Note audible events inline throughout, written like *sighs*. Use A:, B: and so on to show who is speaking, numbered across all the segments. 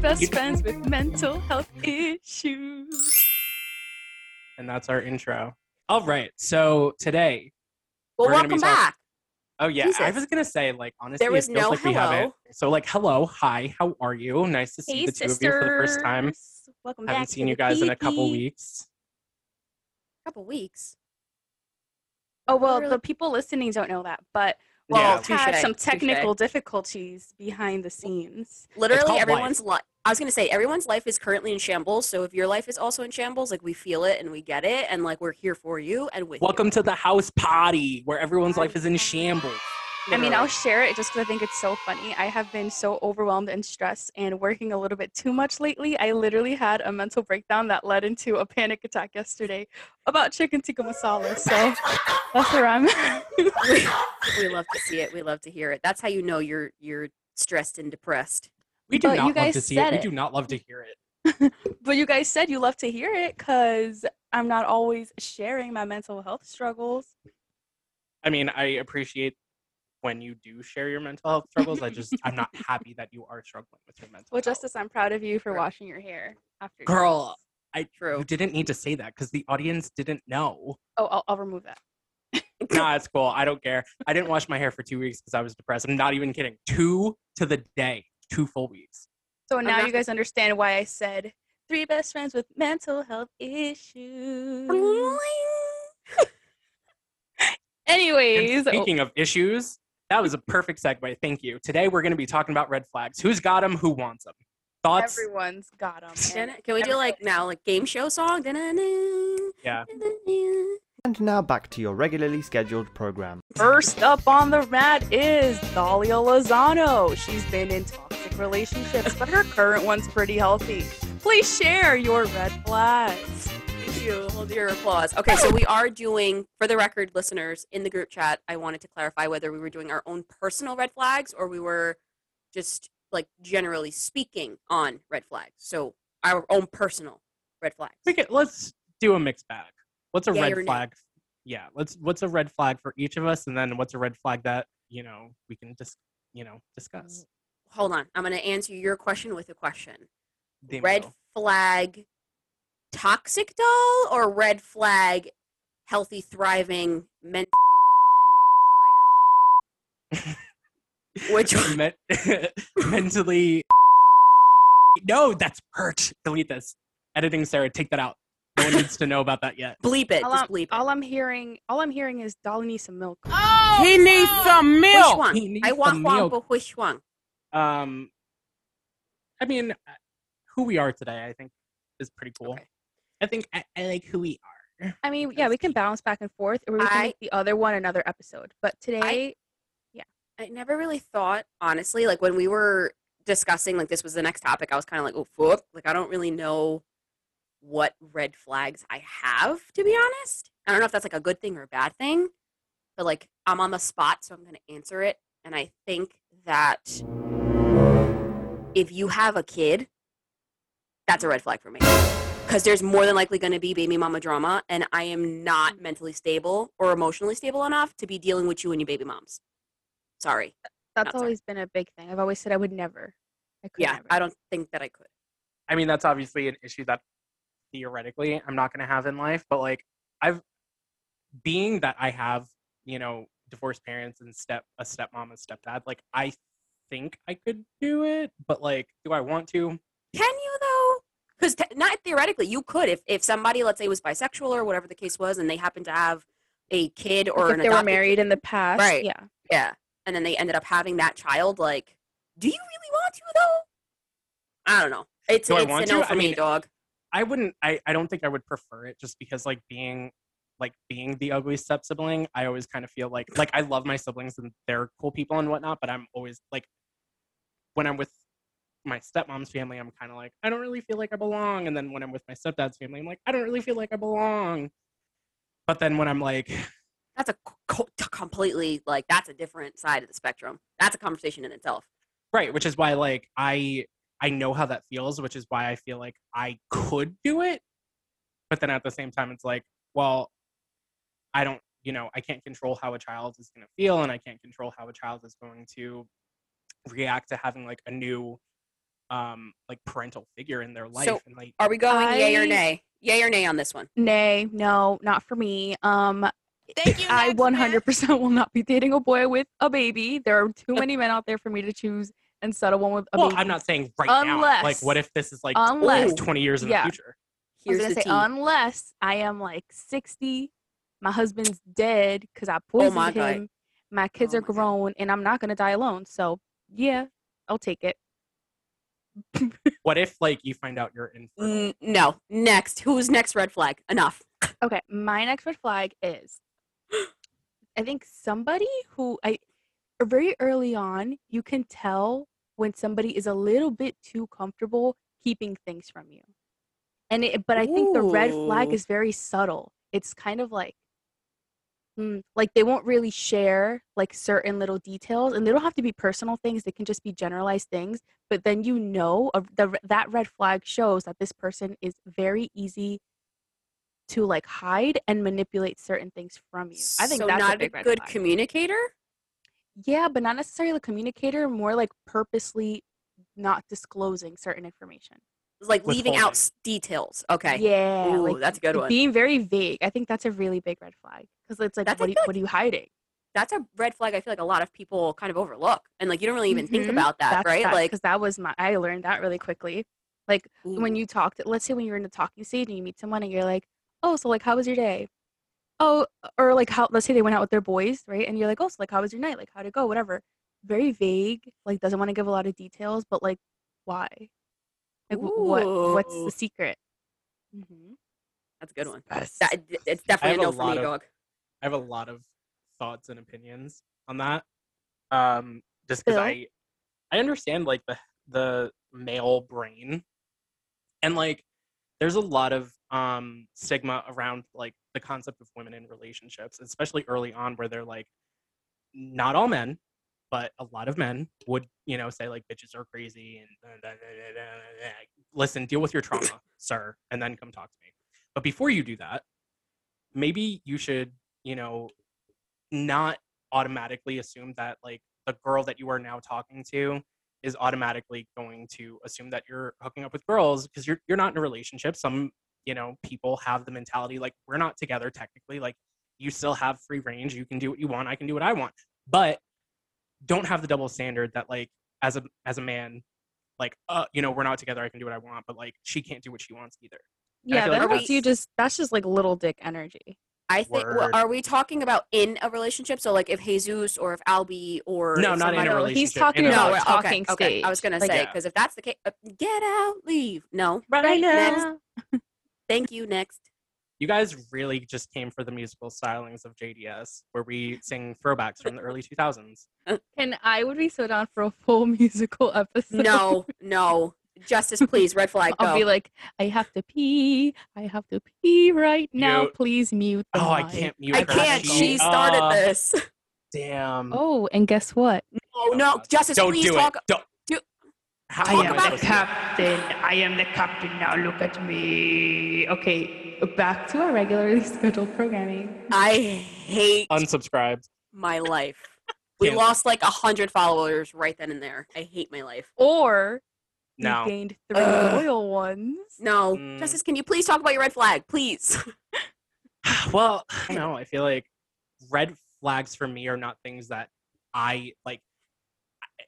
A: best friends with mental health issues.
B: And that's our intro. All right. So today,
C: Well,
B: We're gonna be
C: welcome
B: talking-
C: back.
B: oh yeah, I
C: Jesus.
B: was gonna say like honestly,
C: There was
B: it feels
C: no
B: like we haven't.
C: hello.
B: So like hello, hi, how are you? Nice to see
A: Hey,
B: the two of you for the first time.
A: sisters. Welcome back.
B: haven't
A: to
B: seen
A: the E
B: you guys in a couple
A: peepee.
B: weeks.
C: couple weeks.
A: Oh well,
C: Really?
A: the people listening don't know that, but
C: Well,
B: yeah,
A: we have
C: touche,
A: some
C: touche.
A: technical difficulties behind the scenes.
C: Literally
B: called
C: everyone's life. I was gonna say everyone's life is currently in shambles. So if your life is also in shambles, like we feel it and we get it, and like we're here for you and with. you.
B: Welcome to the house party where everyone's life is in shambles.
A: I mean, I'll
C: Literally.
A: share it just because I think it's so funny. I have been so overwhelmed and stressed and working a little bit too much lately. I literally had a mental breakdown that led into a panic attack yesterday about chicken tikka masala. So that's where I'm. *laughs*
C: we love to see it. We love to hear it. That's how you know you're you're stressed and depressed.
B: We do
A: But you
B: not love
A: guys
B: to see
A: said
B: it. We
A: it.
B: do not love to hear it.
A: but you guys said you love to hear it because I'm not always sharing my mental health struggles.
B: I mean, I appreciate when you do share your mental health struggles. I just I'm not happy that you are struggling with your mental
A: Well,
B: health.
A: Justice, I'm proud of you for
B: Girl.
A: washing your hair after.
B: Oh. Girl,
A: dance.
B: you
C: True.
B: didn't need to say that because the audience didn't know.
A: Oh, I'll, I'll remove that.
B: nah, it's cool. I don't care. I didn't wash my hair for two weeks because I was depressed. I'm not even kidding. Two to the day, two full weeks.
A: So now
C: not-
A: you guys understand why I said three best friends with mental health
B: *laughs*
A: issues. Anyways,
B: And
A: oh.
B: speaking of issues, that was a perfect segue. Thank you. Today we're going to be talking about red flags. Who's got them? Who wants them? Thoughts?
A: everyone's got
B: *laughs*
A: them.
C: Can can we do like now like game show song?
B: Yeah.
D: And now back to your regularly scheduled program.
A: First up on the mat is Dahlia Lozano. She's been in toxic relationships, but her current one's pretty healthy. Please share your red flags.
C: Thank you. Hold your applause. Okay, so we are doing, for the record, listeners in the group chat, I wanted to clarify whether we were doing our own personal red flags or we were just like generally speaking on red flags. So our own personal red flags.
B: We can- let's do a mixed bag. What's a
C: Yay or
B: red
C: nay?
B: flag? Yeah, let's. What's a red flag for each of us, and then what's a red flag that you know we can just you know discuss.
C: Hold on. I'm going to answer your question with a question.
B: Demo.
C: Mm, Red flag toxic doll or red flag healthy, thriving, mentally ill and tired doll? Which
B: *laughs*
C: one?
B: Men- mentally. Wait, no, that's hurt. Delete this. Editing Sarah, take that out. No one needs to know about that yet.
C: Bleep it.
A: All
C: Just
A: I'm,
C: bleep it. Oh,
A: all I'm hearing, all I'm hearing is Dolly needs some milk.
E: He needs some
C: Which
E: milk.
B: He
C: one?
B: needs
C: I
B: the
C: want one,
B: milk.
C: but which one?
B: Um, I mean, uh, who we are today, I think, is pretty cool.
C: Okay.
B: I think I, I like who we are.
A: I mean, yeah, we can bounce back and forth, or we can
C: I-
A: make the other one another episode. But today,
C: I never really thought, honestly, like when we were discussing, like this was the next topic, I was kind of like, oh, fuck. Like, I don't really know what red flags I have, to be honest. I don't know if that's like a good thing or a bad thing, but like I'm on the spot, so I'm going to answer it. And I think that if you have a kid, that's a red flag for me. Because there's more than likely going to be baby mama drama, and I am not mentally stable or emotionally stable enough to be dealing with you and your baby moms. Sorry.
A: that's
C: Not sorry.
A: always been a big thing. I've always said I would never. I could
C: Yeah,
A: never.
C: I don't think that I could.
B: I mean, that's obviously an issue that theoretically I'm not going to have in life, but like I've being that I have, you know, divorced parents and step a stepmom and stepdad, like I think I could do it, but like do I want to?
C: Can you though? Because te- not theoretically, you could if if somebody, let's say, was bisexual or whatever the case was, and they happened to have a kid or
A: Like,
C: an
A: if they were
C: adopted-
A: married in the past,
C: Right.
A: Yeah,
C: yeah, and then they ended up having that child. Like, do you really want to though? I don't know. It's
B: Do I
C: it's a
B: want
C: no
B: to?
C: for
B: I
C: me,
B: mean,
C: dog.
B: I wouldn't I, I don't think I would prefer it just because like being like being the ugly step sibling, I always kind of feel like like I love my siblings and they're cool people and whatnot, but I'm always like when I'm with my stepmom's family, I'm kind of like I don't really feel like I belong, and then when I'm with my stepdad's family, I'm like I don't really feel like I belong. But then when I'm like,
C: That's a co- co- completely like that's a different side of the spectrum. That's a conversation in itself.
B: right, which is why like I I know how that feels, which is why I feel like I could do it. But then at the same time, it's like, well, I don't, you know, I can't control how a child is going to feel, and I can't control how a child is going to react to having like a new um like parental figure in their life
C: So,
B: and like
C: Are we going yay
A: I-
C: or nay? Yay or nay on this one?
A: Nay, no, not for me. Um, *laughs*
F: Thank you.
A: I
F: Max
A: 100% will not be dating a boy with a baby. There are too many men out there for me to choose and settle one with a
B: well
A: baby.
B: i'm not saying right now like
A: Unless-
B: what if this is like
A: unless-
B: 20 years in
A: yeah.
B: the
A: I
B: future
A: was
C: Here's
A: gonna
C: the
A: say
C: tea.
A: unless I am like 60, my husband's dead because I poisoned
C: Oh my God.
A: him, my kids
C: Oh
A: are
C: my God.
A: grown, and I'm not gonna die alone. So yeah, I'll take it.
B: what if like you find out you're infertile
A: Mm.
C: N- no. Next. Who's next red flag? Enough.
A: Okay, my next red flag is I think somebody who I very early on you can tell when somebody is a little bit too comfortable keeping things from you. And it, but I think the red flag
C: Ooh.
A: is very subtle. It's kind of like mm, like they won't really share like certain little details and they don't have to be personal things they can just be generalized things but then you know of the, re- that red flag shows that this person is very easy to like hide and manipulate certain things from you i think
C: so
A: that's
C: not
A: a big red
C: good
A: flag.
C: communicator.
A: yeah but not necessarily a communicator more like purposely not disclosing certain information
C: It's like leaving out
B: Withholding.
C: s- details. Okay.
A: yeah
C: Ooh,
A: like
C: that's a good one.
A: being very vague i think that's a really big red flag because it's like
C: That's- I
A: what, do you,
C: feel like-
A: what are you hiding
C: That's a red flag. I feel like a lot of people kind of overlook, and like you don't really even think
A: Mhm.
C: about that, right? like
A: because that was my i learned that really quickly when you talk to, let's say when you're in the talking stage and you meet someone and you're like, oh, so like, how was your day? Oh, or like, how, let's say they went out with their boys, right? And you're like, oh, so like, how was your night? Like, how'd it go? Whatever. Very vague, like, doesn't want to give a lot of details, but like, why? Like, wh- what, what's
C: Ooh.
A: the secret?
C: that's a good one.
A: Yes.
C: That, it's definitely a
B: have a
C: no for me,
B: lot of-
C: dog.
B: I have a lot of thoughts and opinions on that. Um, just because
A: Bill?
B: I, I understand like the the male brain, and like there's a lot of um stigma around like the concept of women in relationships, especially early on, where they're like, not all men, but a lot of men would you know say like bitches are crazy and da- da- da- da- da- da- da. listen, deal with your trauma, sir, and then come talk to me. But before you do that, maybe you should you know, not automatically assume that like the girl that you are now talking to is automatically going to assume that you're hooking up with girls because you're you're not in a relationship. Some, you know, people have the mentality like we're not together technically, like you still have free range, you can do what you want, I can do what I want. But don't have the double standard that like as a as a man like uh you know we're not together i can do what i want but like she can't do what she wants either I
A: Yeah,
B: feel like
A: that's
B: that's-
A: you just, that's just like little dick energy.
C: I think. Well,
B: Word.
C: are we talking about in a relationship? So like if Jesus or if Albi or
B: No,
C: if
B: not in a
C: somebody-
B: relationship.
A: he's talking
B: in a-
A: about
C: we're-
A: talking stage.
C: I was gonna
A: Like,
C: say
B: yeah.
C: because if that's the case, uh, get out, leave. No,
A: Right
C: next.
A: now.
C: Thank you. Next.
B: You guys really just came for the musical stylings of JDS, where we sing throwbacks from the early 2000s.
A: And I would be so down for a full *laughs* musical episode.
C: No, no. Justice, please. Red flag. Go.
A: I'll be like, I have to pee. I have to pee right now.
B: Mute.
A: Please mute. The
B: Oh, I
A: mic."
B: can't mute
C: I
B: her.
C: can't. She started
B: uh,
C: this.
B: Damn.
A: Oh, and guess what?
C: Oh no, Justice,
B: Don't
C: please
B: do
C: talk.
B: it. Don't.
C: do-
B: How
C: talk
B: am I
C: about-
B: supposed to do that?
G: captain. I am the captain now. Look at me.
A: Okay, back to our regularly scheduled programming.
C: I hate
B: Unsubscribed. *laughs*
C: my life. We
B: Cancel.
C: lost like a hundred followers right then and there. I hate my life.
A: Or we
B: No.
A: gained three
C: Ugh.
A: loyal ones.
C: No,
B: Mm.
C: Justice, can you please talk about your red flag, please? *laughs*
B: well, I don't know. I feel like red flags for me are not things that I like.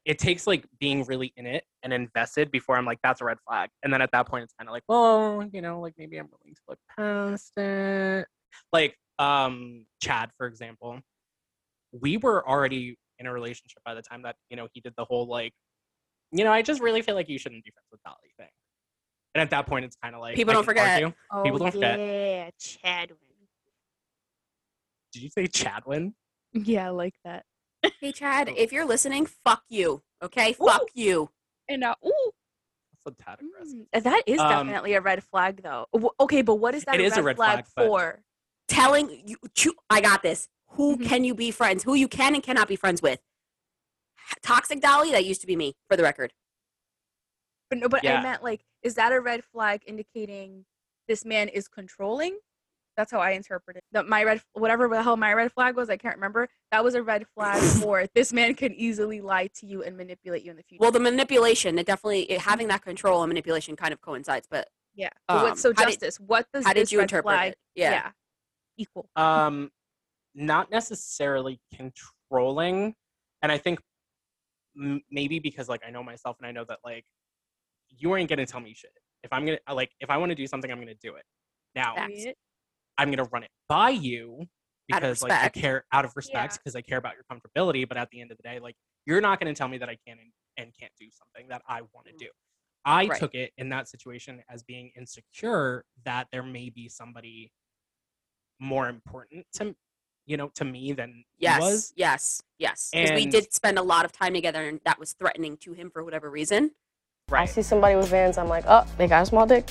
B: It takes like being really in it and invested before I'm like, that's a red flag. And then at that point, it's kind of like, well, you know, like maybe I'm willing to look past it. Like, um, Chad, for example, we were already in a relationship by the time that, you know, he did the whole like, you know, I just really feel like you shouldn't be friends with Dolly thing. And at that point, it's kind of like
C: People
B: I
C: don't
B: can
C: forget.
B: argue.
A: Oh,
B: People don't forget.
A: yeah, Chadwin.
B: Did you say Chadwin?
A: Yeah, I like that.
C: Hey, Chad, if you're listening, fuck you. Okay, fuck you.
A: And now, ooh,
B: That's a tad aggressive.
A: mm, that is
B: Um,
A: definitely a red flag, though. W- Okay, but what is that
B: It is a red flag, but-
A: for?
C: Telling you, choo- I got this. Who
A: Mhm.
C: can you be friends? Who you can and cannot be friends with? Toxic Dolly, that used to be me, for the record.
A: But no, but I
B: Yeah.
A: meant like, is that a red flag indicating this man is controlling, That's how I interpret it. That my red, whatever the hell my red flag was, I can't remember. That was a red
C: *coughs*
A: flag for this man can easily lie to you and manipulate you in the future.
C: Well, the manipulation, it definitely it, having that control and manipulation kind of coincides. But
A: yeah. But what-
C: um,
A: so
C: how did-
A: justice. what does
C: how did
A: this
C: you
A: red
C: interpret
A: flag?
C: it? Yeah.
A: Equal.
B: um not necessarily controlling and i think m- maybe because like i know myself and i know that like you ain't gonna tell me shit if i'm gonna like if i want to do something i'm gonna do it now
C: Facts.
A: Period.
B: i'm gonna run it by you
C: Out of
B: because like i
C: respect.
B: care out of respect
A: Yeah.
B: because i care about your comfortability but at the end of the day like you're not gonna tell me that i can and, and can't do something that i want to do i
C: Mm. Right.
B: took it in that situation as being insecure that there may be somebody more important to you know to me than he
C: Yes,
B: was
C: yes, yes. Because we
B: And-
C: did spend a lot of time together, and that was threatening to him for whatever reason.
F: I see somebody with Vans, I'm like, oh, they got a small dick.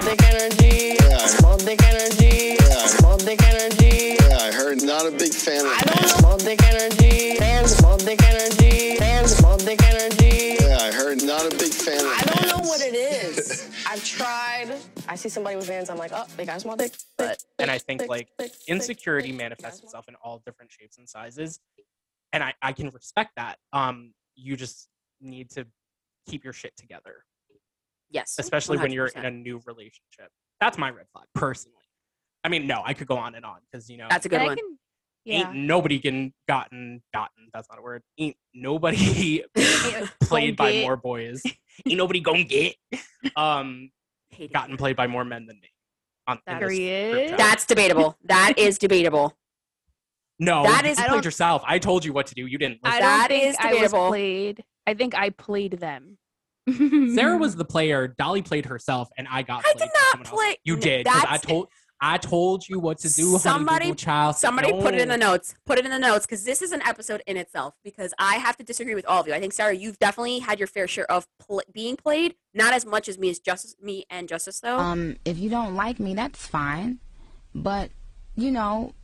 F: dick energy, small dick energy, small dick energy.
H: Yeah, I heard. Not a big fan of.
F: I don't know. Small dick energy, Vans, small dick energy, Vans, small dick energy.
H: Yeah, I heard. Not a big fan of.
F: I don't know what it is. I've tried. I see somebody with Vans, I'm like, oh, they got a small dick. But
B: and i think like insecurity manifests itself in all different shapes and sizes and i i can respect that um you just need to keep your shit together
C: Yes.
B: especially when you're in
C: 100%.
B: a new relationship that's my red flag personally i mean no i could go on and on because you know
C: That's a good
A: And I
C: one.
A: can- yeah.
B: ain't nobody getting gotten gotten that's not a word ain't nobody *laughs*
C: *laughs*
B: played by
A: get.
B: more boys ain't nobody gonna get um
C: Hated
B: gotten
C: it.
B: played by more men than me on in this group
A: Period.
B: chat.
C: *laughs* That's debatable. That is debatable.
B: no
C: that
B: that is
C: is-
B: you
A: I
B: played
A: don't-
B: yourself i told you what to do you didn't
A: I
B: listen.
A: don't
C: That
A: think
C: is
A: I was
C: debatable.
A: played. I think I played
C: *laughs*
A: them. *laughs*
B: sarah was the player dolly played herself and i got
C: Mm-hmm. I
B: played
C: did
B: by
C: not
B: someone else.
C: play-
B: you
C: N-
B: did 'cause i
C: that's-
B: told i told you what to do
C: Somebody-
B: honey, Google child
C: Somebody put it in
B: No.
C: the notes. Put it in the notes because this is an episode in itself. Because I have to disagree with all of you. I think Sarah, you've definitely had your fair share of pl- being played, not as much as me as justice, me and justice though.
I: Um, if you don't like me, that's fine. But, you know,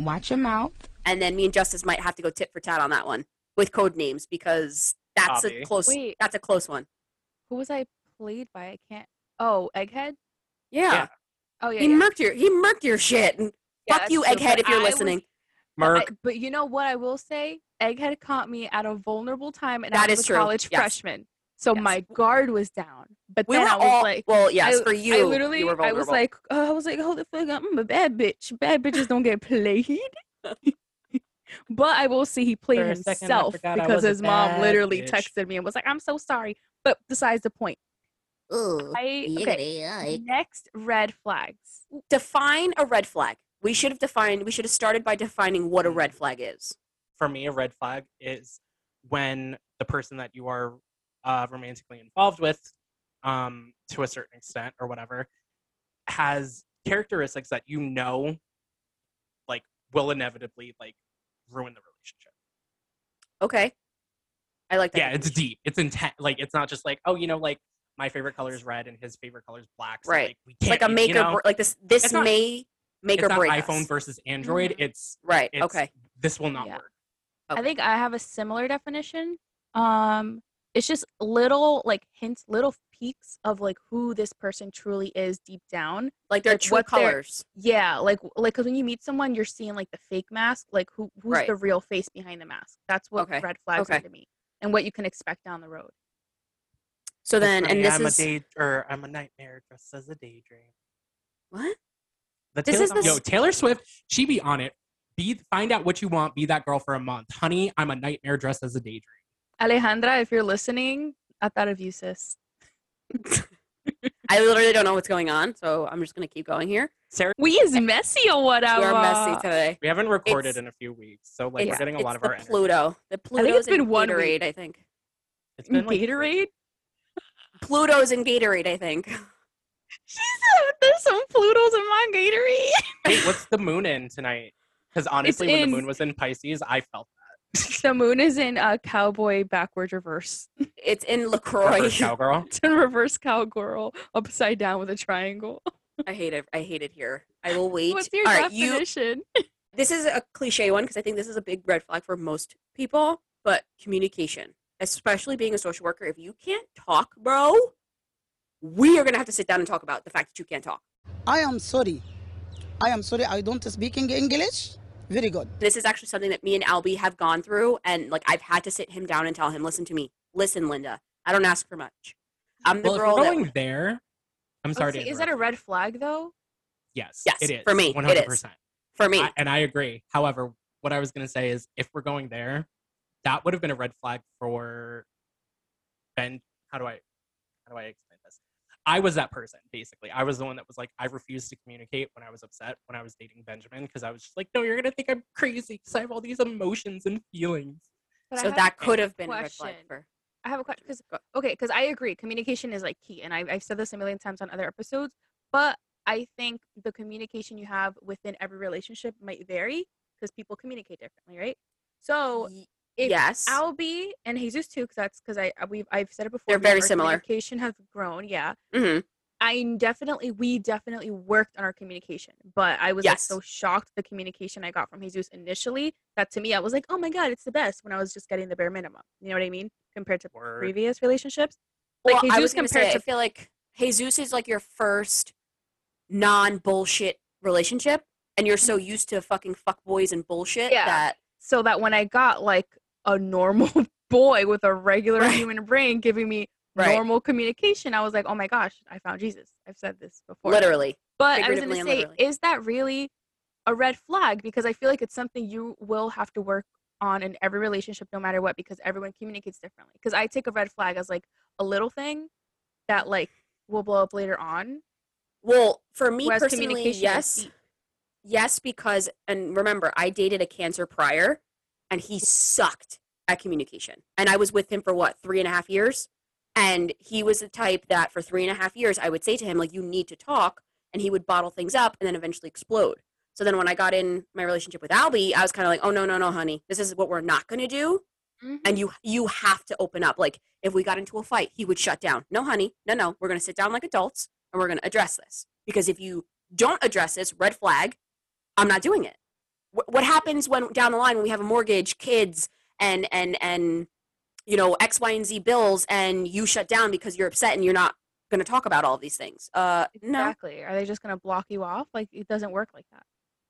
I: watch your mouth.
C: and then me and justice might have to go tit for tat on that one with code names because that's
B: Obvi.
C: a close.
A: Wait.
C: That's a close one.
A: Who was I played by? I can't. Oh, Egghead.
C: Yeah.
B: Yeah.
A: Oh yeah.
C: He
A: yeah.
C: murked your. He murked your shit. And
A: Yeah,
C: fuck you,
A: that's true,
C: egghead,
A: but
C: if you're
A: I was-
C: listening.
A: I-
B: merc
A: but you know what I will say? Egghead caught me at a vulnerable time, and I
C: That
A: was
C: is
A: a
C: true.
A: college
C: Yes.
A: freshman, so
C: Yes.
A: my guard was down. But
C: we
A: then
C: were
A: I was
C: all
A: like,
C: well. Yes,
A: I-
C: for you.
A: I
C: you
A: literally,
C: were
A: I was
C: vulnerable.
A: like, oh, I was like, hold the fuck up, I'm a bad bitch. Bad bitches don't get played. *laughs* but I will say he played
B: For a second, I
A: himself
B: forgot I
A: because
B: was a
A: his mom
B: bad
A: literally
B: bitch.
A: texted me and was like, I'm so sorry. But besides the point, I okay. Next red flags.
C: define a red flag. We should have defined. We should have started by defining what a
A: Mm-hmm.
C: red flag is.
B: for me, a red flag is when the person that you are uh, romantically involved with, um, to a certain extent or whatever, has characteristics that you know, like, will inevitably like ruin the relationship.
C: Okay. I like that.
B: Yeah, it's deep. It's intent. Like, it's not just like, oh, you know, like my favorite color is red and his favorite color is black. so,
C: Right.
B: Like, we
C: It's
B: can't,
C: like a
B: be-
C: make
B: you
C: or
B: know,
C: br- like this. This
B: it's not-
C: may make
B: it's
C: or
B: not
C: break.
B: iPhone
C: us. Mm-hmm.
B: versus Android.
A: Mhm.
B: It's,
C: right.
B: it's
C: okay.
B: This will not
A: Yeah.
B: work.
A: I
C: Okay.
A: think I have a similar definition. Um, it's just little like hints, little peaks of like who this person truly is deep down.
C: Like they're
A: like,
C: true
A: what they're-
C: colors.
A: Yeah, like like because when you meet someone, you're seeing like the fake mask, like who who's
C: Right.
A: the real face behind the mask. That's what
C: Okay,
A: red flags
C: okay.
A: are to me, and what you can expect down the road.
C: So then, and this
B: I'm
C: is
B: a day or I'm a nightmare dressed as a daydream.
C: what?
B: The
C: This
B: Taylor,
C: is the
B: Yo,
C: s-
B: Taylor Swift, she be on it. Be find out what you want. Be that girl for a month, honey. I'm a nightmare dressed as a daydream.
A: Alejandra, if you're listening, I thought of you, sis.
C: I literally don't know what's going on, so I'm just gonna keep going here.
B: Sarah,
A: We is messy or whatever.
C: We're messy today.
B: we haven't recorded
C: It's-
B: in a few weeks, so like we're
C: It's-
B: getting a
C: it's
B: lot of
C: the
B: our energy.
C: Pluto. The Pluto's
A: it's been
C: in
A: one week.
C: Gatorade, I think.
B: It's been like,
A: Gatorade.
C: Pluto's in Gatorade, I think. *laughs*
A: She's a, there's some Plutos in my Gatorade. *laughs*
B: wait, what's the moon in tonight? Because honestly, when
A: in-
B: the moon was in Pisces, I
C: *laughs*
B: felt
A: the moon is in a cowboy backward reverse.
C: It's in LaCroix.
A: *laughs*
B: reverse cowgirl.
A: It's in reverse cowgirl upside down with a triangle.
C: *laughs*
A: *laughs*
C: I hate it. I hate it here. I will wait.
A: What's your
C: All right, you *laughs*
A: definition?
C: this is a cliche one because I think this is a big red flag for most people, but communication, especially being a social worker, if you can't talk, bro, we are gonna have to sit down and talk about the fact that you can't talk.
J: I am sorry. I am sorry. I don't speak in English. Very good.
C: This is actually something that me and Albie have gone through, and like I've had to sit him down and tell him, "Listen to me, listen, Linda. I don't ask for much. I'm the
B: well, if
C: girl
B: we're
C: that
B: going there, I'm sorry. to
A: is that a
B: interrupt.
A: red flag though?
B: yes?
C: Yes,
B: it is
C: for me, it is.
B: 100. percent
C: for me.
B: I- and I agree. However, what I was going to say is if we're going there, that would have been a red flag for Ben. How do I how do I explain this? I was that person basically. I was the one that was like I refused to communicate when I was upset when I was dating Benjamin because I was just like no, you're going to think I'm crazy cuz I have all these emotions and feelings.
A: But I
C: so
A: have
C: that
A: a
C: could have been a red flag
A: question.
C: for.
A: I have a question because okay, because I agree, communication is like key, and I, I've said this a million times on other episodes. But I think the communication you have within every relationship might vary because people communicate differently, right? So
C: Ye-
A: if
C: yes,
A: Albie and Jesus too, because that's because I we I've said it before.
C: They're
A: me and
C: very
A: our
C: similar.
A: Communication has grown, yeah.
C: hmm
A: I definitely we definitely worked on our communication, but I was like
C: Yes.
A: so shocked the communication I got from Jesus initially that to me I was like, oh my god, it's the best when I was just getting the bare minimum. You know what I mean? Compared to
B: Word.
A: previous relationships. Like
C: well, I
A: Jesus
C: was gonna
A: compared
C: say,
A: to-
C: I feel like Jesus is like your first non bullshit relationship, and you're so used to fucking fuck boys and bullshit
A: Mm-hmm. Yeah.
C: that
A: So that when I got like a normal *laughs* boy with a regular
C: Right.
A: human brain giving me
C: Right.
A: normal communication, I was like, oh my gosh, I found Jesus. I've said this before.
C: literally
A: But I was going
C: figuratively
A: to
C: and
A: say,
C: literally.
A: is that really a red flag? Because I feel like it's something you will have to work on in every relationship, no matter what, because everyone communicates differently. Because I take a red flag as like a little thing that like will blow up later on.
C: well for me
A: whereas
C: personally,
A: communication, is
C: yes,
A: deep.
C: yes, because and remember, I dated a cancer prior, and he sucked at communication, and I was with him for what three and a half years, and he was the type that for three and a half years I would say to him like, "You need to talk," and he would bottle things up and then eventually explode. So then when I got in my relationship with Albie, I was kind of like, "Oh no, no, no, honey, this is what we're not going to do."
A: Mm-hmm.
C: and you you have to open up like if we got into a fight he would shut down no honey no no we're going to sit down like adults and we're going to address this because if you don't address this red flag i'm not doing it Wh- what happens when down the line when we have a mortgage kids and and and you know x y and z bills and you shut down because you're upset and you're not going to talk about all these things uh no
A: Exactly. Are they just going to block you off? Like it doesn't work like that.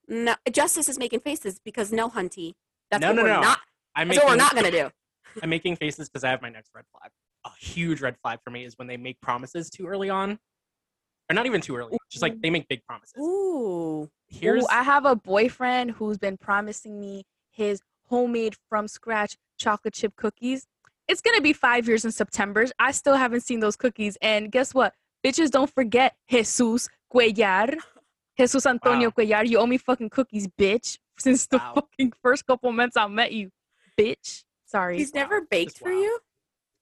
C: no justice is making faces because no hunty that's
B: No,
C: what
B: no,
C: we're
B: no.
C: not
B: I'm
C: that's what we're not going to do
B: *laughs* I'm making faces because I have my next red flag. A huge red flag for me is when they make promises too early on, or not even too early. Just like they make big promises.
C: ooh
A: Ooh,
B: Here's
A: I have a boyfriend who's been promising me his homemade from scratch chocolate chip cookies. It's gonna be five years in September. I still haven't seen those cookies. And guess what? Bitches don't forget Jesus Cuellar. Jesus Antonio Cuellar. You owe me fucking cookies, bitch. Since the
B: Wow.
A: fucking first couple months I met you, bitch. Sorry.
C: He's never baked
B: Just
C: for
B: wow.
C: you?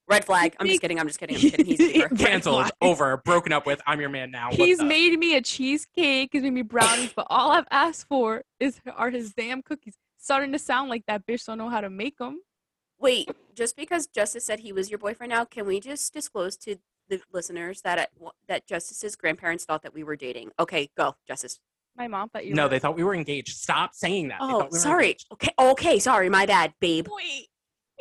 C: Red flag. I'm just kidding. I'm just kidding. I'm *laughs* just kidding. He's super.
A: Red
B: canceled,
A: flag.
B: over, broken up with. I'm your man now. What's
A: He's
B: up?
A: made me a cheesecake. He's made me brownies, but all I've asked for is are his damn cookies. Starting to sound like that bitch don't know how to make them.
C: Wait, just because Justice said he was your boyfriend now, can we just disclose to the listeners that at, that Justice's grandparents thought that we were dating? Okay, go, Justice.
A: My mom thought you.
B: No,
A: were-
B: they thought we were engaged. Stop saying that. They
C: Oh,
B: thought we were
C: sorry.
B: engaged.
C: Okay, okay, sorry. My bad, babe.
A: Wait,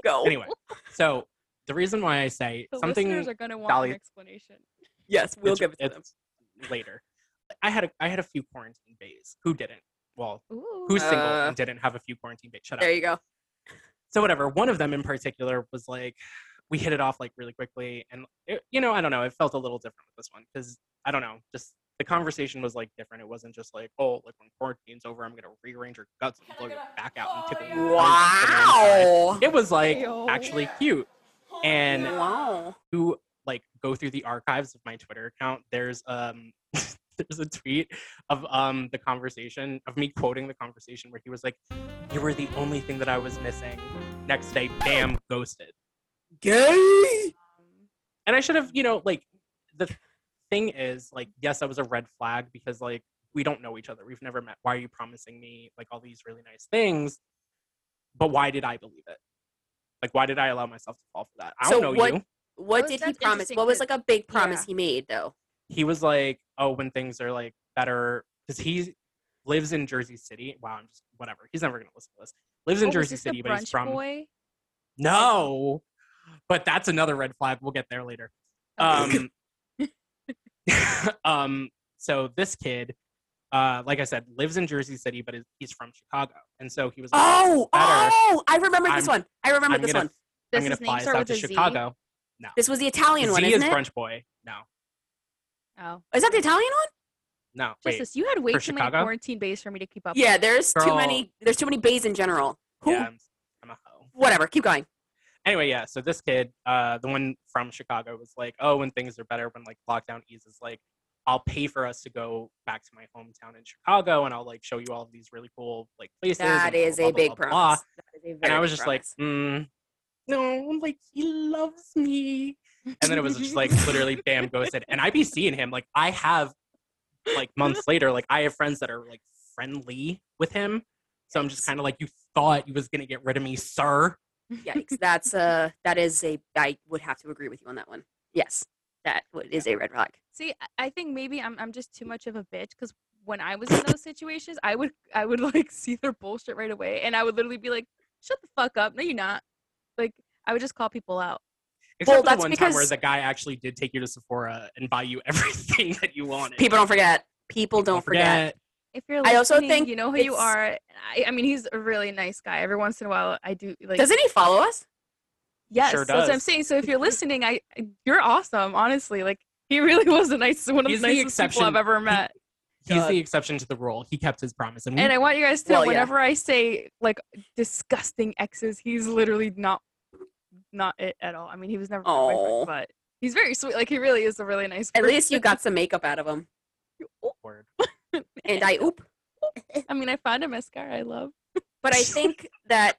C: Go.
B: Anyway, so the reason why I say
A: *laughs* the
B: something
A: listeners are gonna want
B: Dolly-
A: an explanation.
C: yes, we'll
B: It's-
C: give it to them.
B: it's later, I had a, I had a few quarantine bays who didn't. Well,
A: Ooh.
B: who's single
C: Uh,
B: and didn't have a few quarantine bays? Shut up.
C: There you go.
B: so whatever one of them in particular was like we hit it off like really quickly and it, you know i don't know it felt a little different with this one because i don't know just the conversation was like different it wasn't just like oh like when quarantine's over i'm gonna rearrange your guts and blow your back out and tickle your brains and put it inside."
C: Wow.
B: it was like
A: Ayo.
B: actually cute and
C: Wow.
B: who like go through the archives of my Twitter account, there's um *laughs* there's a tweet of um the conversation of me quoting the conversation where he was like, "You were the only thing that I was missing." Next day, bam, ghosted.
C: Gay.
B: And I should have, you know, like the thing is, like, yes, that was a red flag because like we don't know each other, we've never met. Why are you promising me like all these really nice things? But why did I believe it? Like, why did I allow myself to fall for that? I don't
C: So
B: know
C: what-
B: you.
C: What
A: was-
C: did he
A: that's
C: promise?
A: interesting
C: What was
A: 'cause-
C: like a big promise
A: yeah.
C: he made though?
B: he was like, oh, when things are like better, because he lives in Jersey City. Wow, I'm just whatever. He's never gonna listen to this. Lives in
A: Oh, was
B: Jersey
A: this the
B: City, but he's
A: brunch
B: from
A: boy?
B: Um,
A: Oh.
B: no. But that's another red flag. We'll get there later.
A: Okay.
B: Um, *laughs* um, so this kid, uh, like I said, lives in Jersey City, but is, he's from Chicago, and so he was. Like,
C: Oh,
B: better.
C: oh! I remember this
B: I'm-
C: one. I remember
B: I'm
C: this
B: gonna,
C: one.
B: I'm
A: Does
B: gonna
A: his name
B: fly us
A: start
B: out
A: with
B: to
A: a Z?
B: Chicago. No,
C: This was the Italian one,
B: Z
C: isn't
B: is
C: it?
B: brunch boy. No,
A: Oh,
C: Is that the Italian one?
B: no. Wait,
A: Justice, you had way
B: for
A: too
B: Chicago?
A: many quarantine bays for me to keep up.
C: Yeah, there's too
B: Girl.
C: many. There's too many bays in general. Who?
B: yeah, I'm, I'm a hoe.
C: Whatever. Keep going.
B: anyway, yeah. So this kid, uh, the one from Chicago, was like, "Oh, when things are better, when like lockdown eases, like I'll pay for us to go back to my hometown in Chicago, and I'll like show you all of these really cool like places."
C: That
B: and blah,
C: is
B: blah,
C: a
B: blah, blah,
C: big
B: blah."
C: promise. That is a
B: And
C: very
B: I was
C: big
B: just like,
C: promise.
B: mm, "No, like he loves me." And then it was
A: *laughs*
B: just like literally, bam, goes it. And I be seeing him like I have like months later, like I have friends that are like friendly with him. So I'm just kind of like, you thought you was gonna get rid of me, sir.
C: *laughs* Yikes! That's a that is a. I would have to agree with you on that one. Yes, that would, is a red flag.
A: See, I- I think maybe I'm I'm just too much of a bitch because when I was in those situations, I would I would *laughs* like see their bullshit right away, and I would literally be like, "Shut the fuck up! No, you're not." Like I would just call people out.
B: Except
C: Well,
B: for the
C: that's
B: one time where
C: because-
B: the guy actually did take you to Sephora and buy you *laughs* everything that you wanted.
C: People don't forget. People don't forget.
A: If you're,
C: I
A: listening,
C: also think
A: you know who you
C: it's-
A: are. I, I mean, he's a really nice guy. Every once in a while, I do like.
C: Doesn't he follow us?
A: Yes,
B: sure
A: that's what I'm
B: does.
A: saying. So
C: *laughs*
A: if you're listening, I you're awesome. Honestly, like he really *laughs* was the nice one of
B: He's
A: the
B: the
A: nicest people I've
B: exception.
A: ever met.
B: He's
C: God.
B: the exception to the rule. He kept his promise. And, we,
A: And I want you guys to know
C: Mm-hmm. Well, yeah.
A: whenever I say like disgusting exes, he's literally not not it at all. I mean, he was never my
C: Aw.
A: boyfriend, but he's very sweet. Like he really is a really nice.
C: At least you
A: person.
C: got some makeup out of *laughs* him.
B: Word.
C: And I oop.
A: *laughs* I mean, I found a mascara I
C: *laughs*
A: love.
C: But
A: *laughs*
C: I think that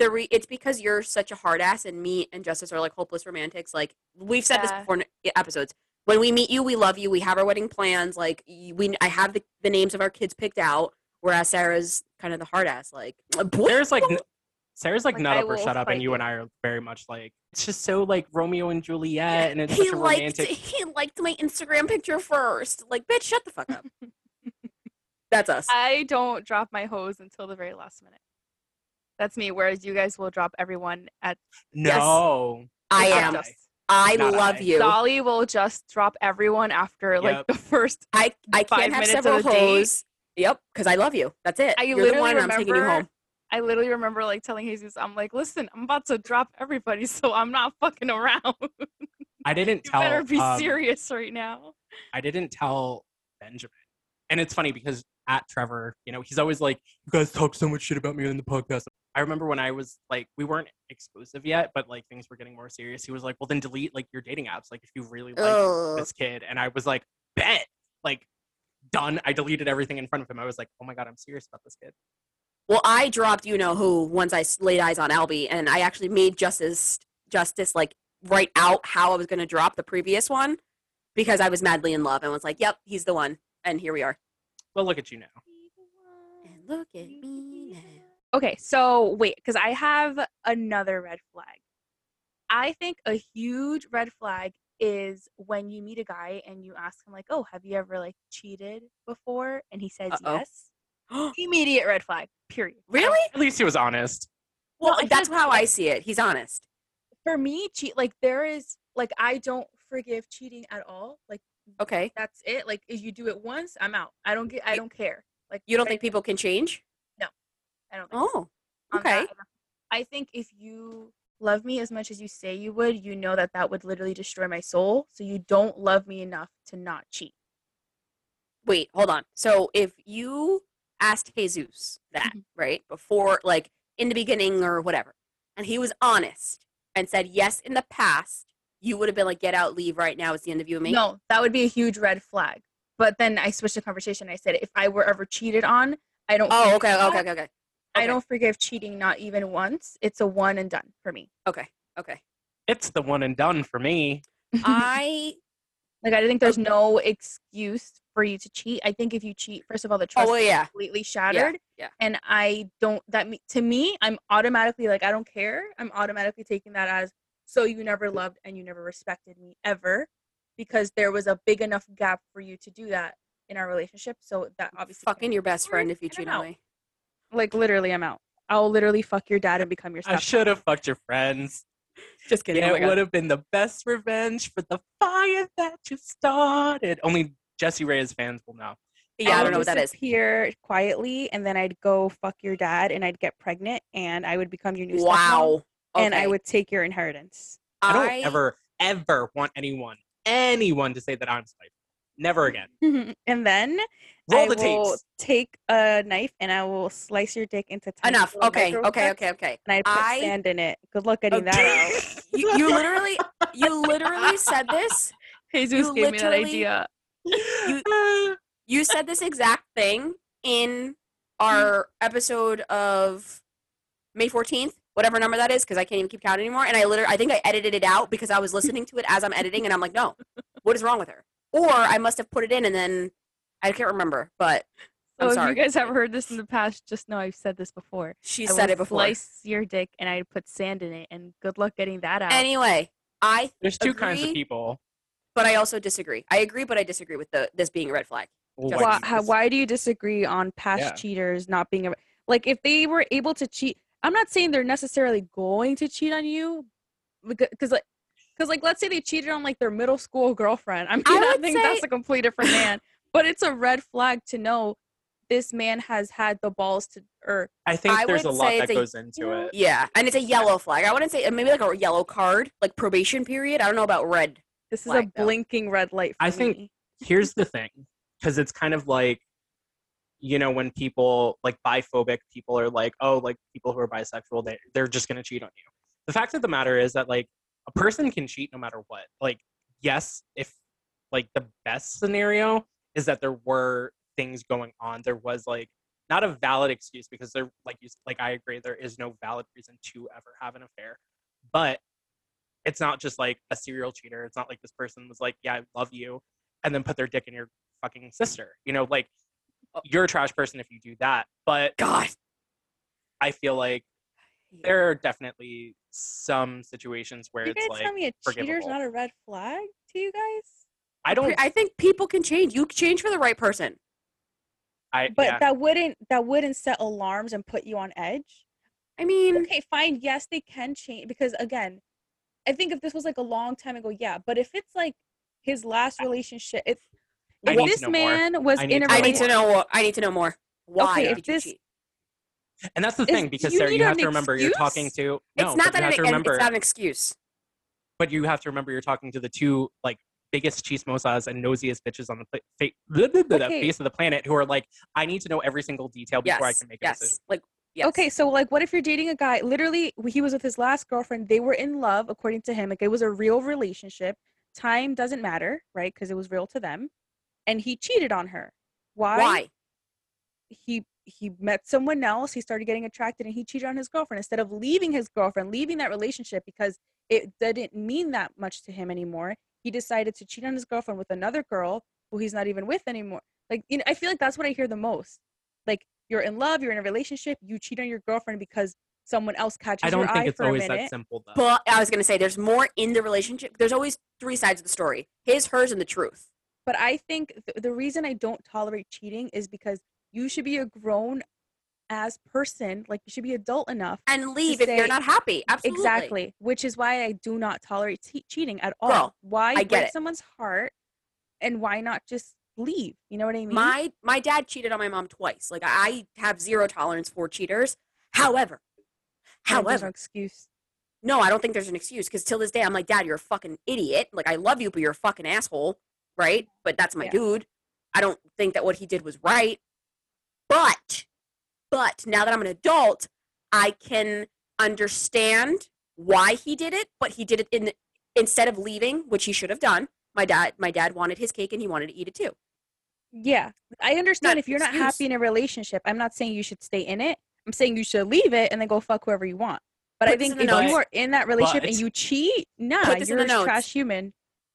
C: the re- it's because you're such a hard ass, and me and Justice are like hopeless romantics. Like we've said this
A: Yeah.
C: before in episodes. When we meet you, we love you. We have our wedding plans. Like y- we, I have the, the names of our kids picked out. Whereas Sarah's kind of the hard ass. Like "Uh, *laughs*
B: Sarah's like, n- Sarah's like,
A: Like,
B: nut
A: I
B: up or
A: will
B: shut up,
A: fight
B: and you and
A: you.
B: I are very much like it's just so like Romeo and Juliet, and it's
C: he
B: such a
C: liked
B: romantic.
C: *laughs* he liked my Instagram picture first. Like bitch, shut
A: *laughs*
C: the fuck up. That's us.
A: I don't drop my hose until the very last minute. That's me. Whereas you guys will drop everyone at.
B: No,
C: I
A: at
C: am.
A: dusk.
C: I
B: Not
C: love
B: I.
C: you.
A: Dolly will just drop everyone after like
B: Yep.
A: the first.
C: I I
A: five
C: can't have
A: minutes of
C: several
A: the date.
C: hoes. Yep, because I love you. That's it.
A: I
C: You're the
A: literally
C: one and I'm taking you
A: remember-
C: home.
A: I literally remember like telling Jesus, I'm like, listen, I'm about to drop everybody, *laughs* so I'm not fucking around. *laughs* you
B: I didn't tell.
A: better be
B: um,
A: serious right now.
B: I didn't tell Benjamin. And it's funny because at Trevor, you know, he's always like, "You guys talk so much shit about me in the podcast." I remember when I was like, we weren't exclusive yet, but like things were getting more serious. He was like, "Well, then delete like your dating apps, like if you really like
C: Ugh.
B: this kid." And I was like, "Bet." Like done. I deleted everything in front of him. I was like, "Oh my god, I'm serious about this kid."
C: Well, I dropped you know who once I s- laid eyes on Albie, and I actually made justice justice like write out how I was going to drop the previous one because I was madly in love and was like, "Yep, he's the one." And here we are.
B: Well, look at you now.
C: And look at me now.
A: Okay, so wait, because I have another red flag. I think a huge red flag is when you meet a guy and you ask him like, "Oh, have you ever like cheated before?" and he says
C: Uh-oh.
A: yes. Immediate red flag. Period. I don't
C: *gasps* Really?
B: At least he was honest.
C: Well,
A: I feel
C: that's
A: like-
C: how I see it. He's honest.
A: for me cheat like there is like i don't forgive cheating at all like
C: Okay.
A: that's it like if you do it once i'm out i don't get i don't care like
C: You don't
A: I-
C: think people can change?
A: i don't think
C: Oh,
A: on that
C: okay.
A: level. i think if you love me as much as you say you would you know that that would literally destroy my soul so you don't love me enough to not cheat
C: Wait, hold on. So if you asked Jesus that, right, before, like in the beginning or whatever, and he was honest and said yes in the past, you would have been like, get out, leave right now. It's the end of you and me.
A: no that would be a huge red flag but then i switched the conversation i said if i were ever cheated on i don't
C: Oh,
A: forgive
C: okay,
A: that.
C: okay, okay, okay,
A: i
C: okay.
A: don't forgive cheating not even once it's a one and done for me *laughs*
C: okay, okay.
B: It's the one and done for me.
C: *laughs* I
A: Like I think there's no excuse for you to cheat. I think if you cheat, first of all, the trust
C: well,
A: is
C: Oh, yeah.
A: completely shattered.
C: yeah.
A: And I don't that me, to me, I'm automatically like I don't care. I'm automatically taking that as so you never loved and you never respected me ever because there was a big enough gap for you to do that in our relationship. So that obviously can't
C: fucking your best
A: forward,
C: friend if you
A: and I'm
C: cheat
A: out.
C: on me.
A: like literally I'm out. I'll literally fuck your dad and become your
B: I
A: stepmom.
B: should have fucked your friends.
C: Just kidding.
B: Yeah,
C: oh my
B: it
C: God.
B: would have been the best revenge for the fire that you started. Only Jesse Reyes fans will know. Um,
C: yeah I don't know what that is.
A: Here quietly, and then I'd go fuck your dad, and I'd get pregnant, and I would become your new stepmom,
C: Wow.
A: and I
C: Okay.
A: would take your inheritance. *laughs*
B: I don't
C: I-
B: ever, ever want anyone, anyone to say that I'm spiteful. Never again.
A: and then
B: Roll
A: I
B: the
A: will
B: tapes.
A: take a knife and I will slice your dick into tiny *laughs*
C: Enough.
A: little
C: Okay.
A: micro
C: Okay.
A: cuts,
C: Okay. Okay.
A: And I put
C: I-
A: sand in it. Good luck getting that out.
C: You, you literally, you literally said this.
K: Jesus
C: *laughs* You
K: gave me that
C: literally-
K: idea.
C: You, you said this exact thing in our episode of May 14th, whatever number that is, because I can't even keep count anymore. And I literally, I think I edited it out because I was listening to it as I'm editing, and I'm like, no, what is wrong with her? Or I must have put it in, and then I can't remember. But I'm
K: So if
C: sorry.
K: you guys Oh, have heard this in the past, just know I've said this before.
C: she
K: I
C: said
K: would
C: it before.
K: Slice your dick, and I'd put sand in it. And good luck getting that out.
C: Anyway, I
B: *laughs* There's two kinds of
C: Agree.
B: people.
C: but I also disagree. I agree, but I disagree with the this being a red flag.
B: Well,
C: Just-
A: why,
B: like,
A: how,
B: this-
A: why do you disagree on past
B: Yeah.
A: cheaters not being a, like if they were able to cheat i'm not saying they're necessarily going to cheat on you because like because like let's say they cheated on like their middle school girlfriend i *laughs* mean
C: I
A: i,
C: would
A: think that's
C: say-
A: a complete different man *laughs* but it's a red flag to know this man has had the balls to or
B: I think
C: I
B: there's a
C: would
B: lot
C: say
B: that
C: that-
B: goes into it.
C: Yeah, and it's a yellow flag. I wouldn't say uh, maybe like a yellow card, like probation period. I don't know about red.
A: this is
C: Flag,
A: a
C: though.
A: blinking red light for
B: I think-
A: me.
B: Here's the thing, because it's kind of like, you know, when people like biphobic people are like, oh, like people who are bisexual, they they're just gonna cheat on you. The fact of the matter is that like a person can cheat no matter what. Like, yes, if like the best scenario is that there were things going on, there was like not a valid excuse because there like you s- like I agree there is no valid reason to ever have an affair, but it's not just like a serial cheater. It's not like this person was like, yeah, I love you, and then put their dick in your fucking sister. You know, like
A: Oh.
B: you're a trash person if you do that. But
C: God.
B: I feel like there are definitely some situations where
A: you
B: it's
A: guys
B: like
A: tell me a cheater's
B: forgivable.
A: not a red flag to you guys
B: I don't.
C: I think people can change. You change for the right person.
B: I
A: but
B: yeah.
A: that wouldn't that wouldn't set alarms and put you on edge
C: I mean,
A: okay, fine. Yes, they can change because again, I think if this was like a long time ago, yeah. But if it's like his last relationship, if,
B: I
A: if
B: need to
A: this
B: know more.
A: man was
B: I need
A: in a
B: to know
C: I
B: more.
C: need to
A: relationship,
C: know. what- I need to know more. Why
A: Okay, if
C: did you
A: this-
C: cheat?
B: and that's the
A: is-
B: thing because
A: you
B: Sarah,
A: need
B: you have
A: an
B: to remember you're talking
A: excuse?
B: to. No,
C: it's
B: but
C: not
B: you
C: that
B: have
C: it,
B: to
C: and
B: remember.
C: it's not an excuse.
B: but you have to remember you're talking to the two like biggest chismosas and nosiest bitches on the pla- fa- blah, blah, blah, the
A: Okay.
B: face of the planet who are like, I need to know every single detail
C: Yes.
B: before I can make a decision.
C: yes. Like yes.
A: okay. So like, what if you're dating a guy? Literally, wh- he was with his last girlfriend. They were in love, according to him. Like it was a real relationship. Time doesn't matter, right? Because it was real to them, and he cheated on her. Why?
C: Why?
A: he he met someone else he started getting attracted and he cheated on his girlfriend instead of leaving his girlfriend leaving that relationship because it didn't mean that much to him anymore he decided to cheat on his girlfriend with another girl who he's not even with anymore like you know i feel like that's what i hear the most like you're in love you're in a relationship you cheat on your girlfriend because someone else catches
B: I don't
A: your
B: think
A: eye
B: it's
A: for
B: always
A: a
B: that
A: minute
B: simple though.
C: But I was gonna say there's more in the relationship. There's always three sides of the story: his, hers, and the truth.
A: but i think th- the reason i don't tolerate cheating is because you should be a grown as person like you should be adult enough
C: And leave if
A: say-
C: you're not happy. Absolutely.
A: Exactly, which is why I do not tolerate te- cheating at all.
C: Girl,
A: why
C: I get
A: break
C: it.
A: someone's heart, and why not just leave? You know what I mean?
C: My my dad cheated on my mom twice. Like I have zero tolerance for cheaters. However,
A: I think there's
C: however,
A: no excuse.
C: no, I don't think there's an excuse because till this day, I'm like, Dad, you're a fucking idiot. Like, I love you, but you're a fucking asshole, right? But that's my
A: Yeah.
C: dude. I don't think that what he did was right. But, but now that I'm an adult, I can understand why he did it. But he did it in instead of leaving, which he should have done. My dad, my dad wanted his cake and he wanted to eat it too.
A: Yeah, I understand
C: an
A: if you're not
C: excuse.
A: happy in a relationship. I'm not saying you should stay in it. I'm saying you should leave it and then go fuck whoever you want. But I
C: Put this
A: think
C: in
A: if
C: the
A: you
B: notes.
A: are in that relationship and
B: But-
A: you cheat, nah,
C: this in
A: you're
C: the
A: a
C: notes.
A: trash human.